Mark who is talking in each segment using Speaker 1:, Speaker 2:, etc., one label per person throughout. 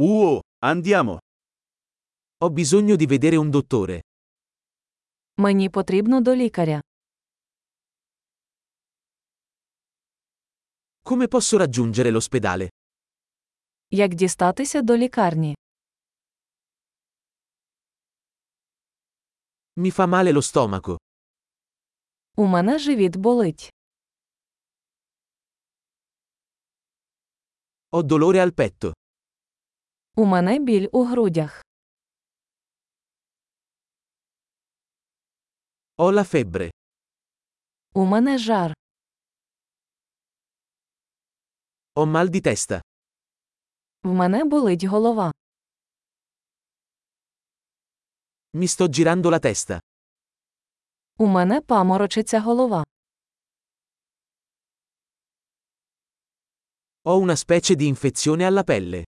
Speaker 1: Uh, andiamo. Ho bisogno di vedere un dottore.
Speaker 2: Мені потрібно до лікаря.
Speaker 1: Come posso raggiungere l'ospedale?
Speaker 2: Як дістатися до лікарні?
Speaker 1: Mi fa male lo stomaco.
Speaker 2: У мене живіт болить.
Speaker 1: Ho dolore al petto.
Speaker 2: У мене біль у грудях.
Speaker 1: Ho la febbre.
Speaker 2: У мене жар.
Speaker 1: Ho mal di testa.
Speaker 2: В мене болить голова.
Speaker 1: Mi sto girando la testa.
Speaker 2: У мене паморочиться голова.
Speaker 1: Ho una specie di infezione alla pelle.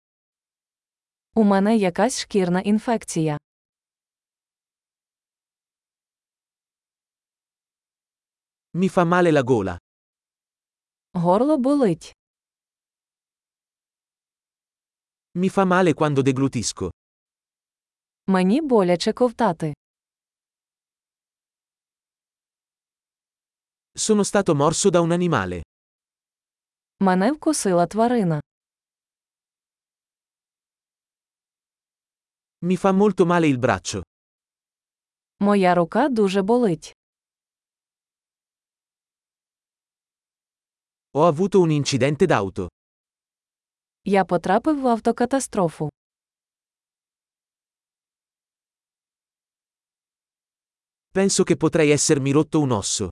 Speaker 2: У мене якась шкірна інфекція.
Speaker 1: Mi fa male la gola.
Speaker 2: Горло болить.
Speaker 1: Mi fa male quando deglutisco.
Speaker 2: Мені боляче ковтати.
Speaker 1: Sono stato morso da un animale.
Speaker 2: Мене вкусила тварина.
Speaker 1: Mi fa molto male il braccio.
Speaker 2: Моя рука дуже болить.
Speaker 1: Ho avuto un incidente d'auto.
Speaker 2: Я потрапив в автокатастрофу.
Speaker 1: Penso che potrei essermi rotto un osso.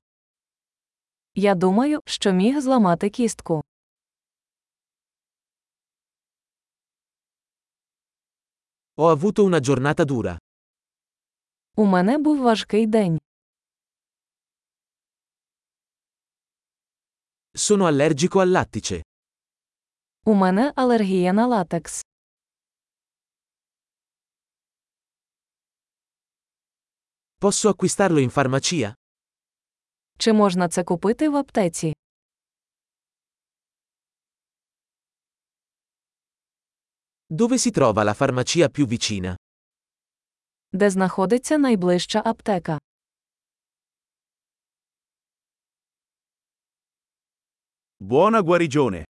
Speaker 2: Я думаю, що міг зламати кістку.
Speaker 1: Ho avuto una giornata dura.
Speaker 2: У мене був важкий день.
Speaker 1: Sono allergico al lattice.
Speaker 2: У мене алергія на латекс.
Speaker 1: Posso acquistarlo in farmacia?
Speaker 2: Чи можна це купити в аптеці?
Speaker 1: Dove si trova la farmacia più vicina?
Speaker 2: Де знаходиться найближча аптека?
Speaker 1: Buona guarigione!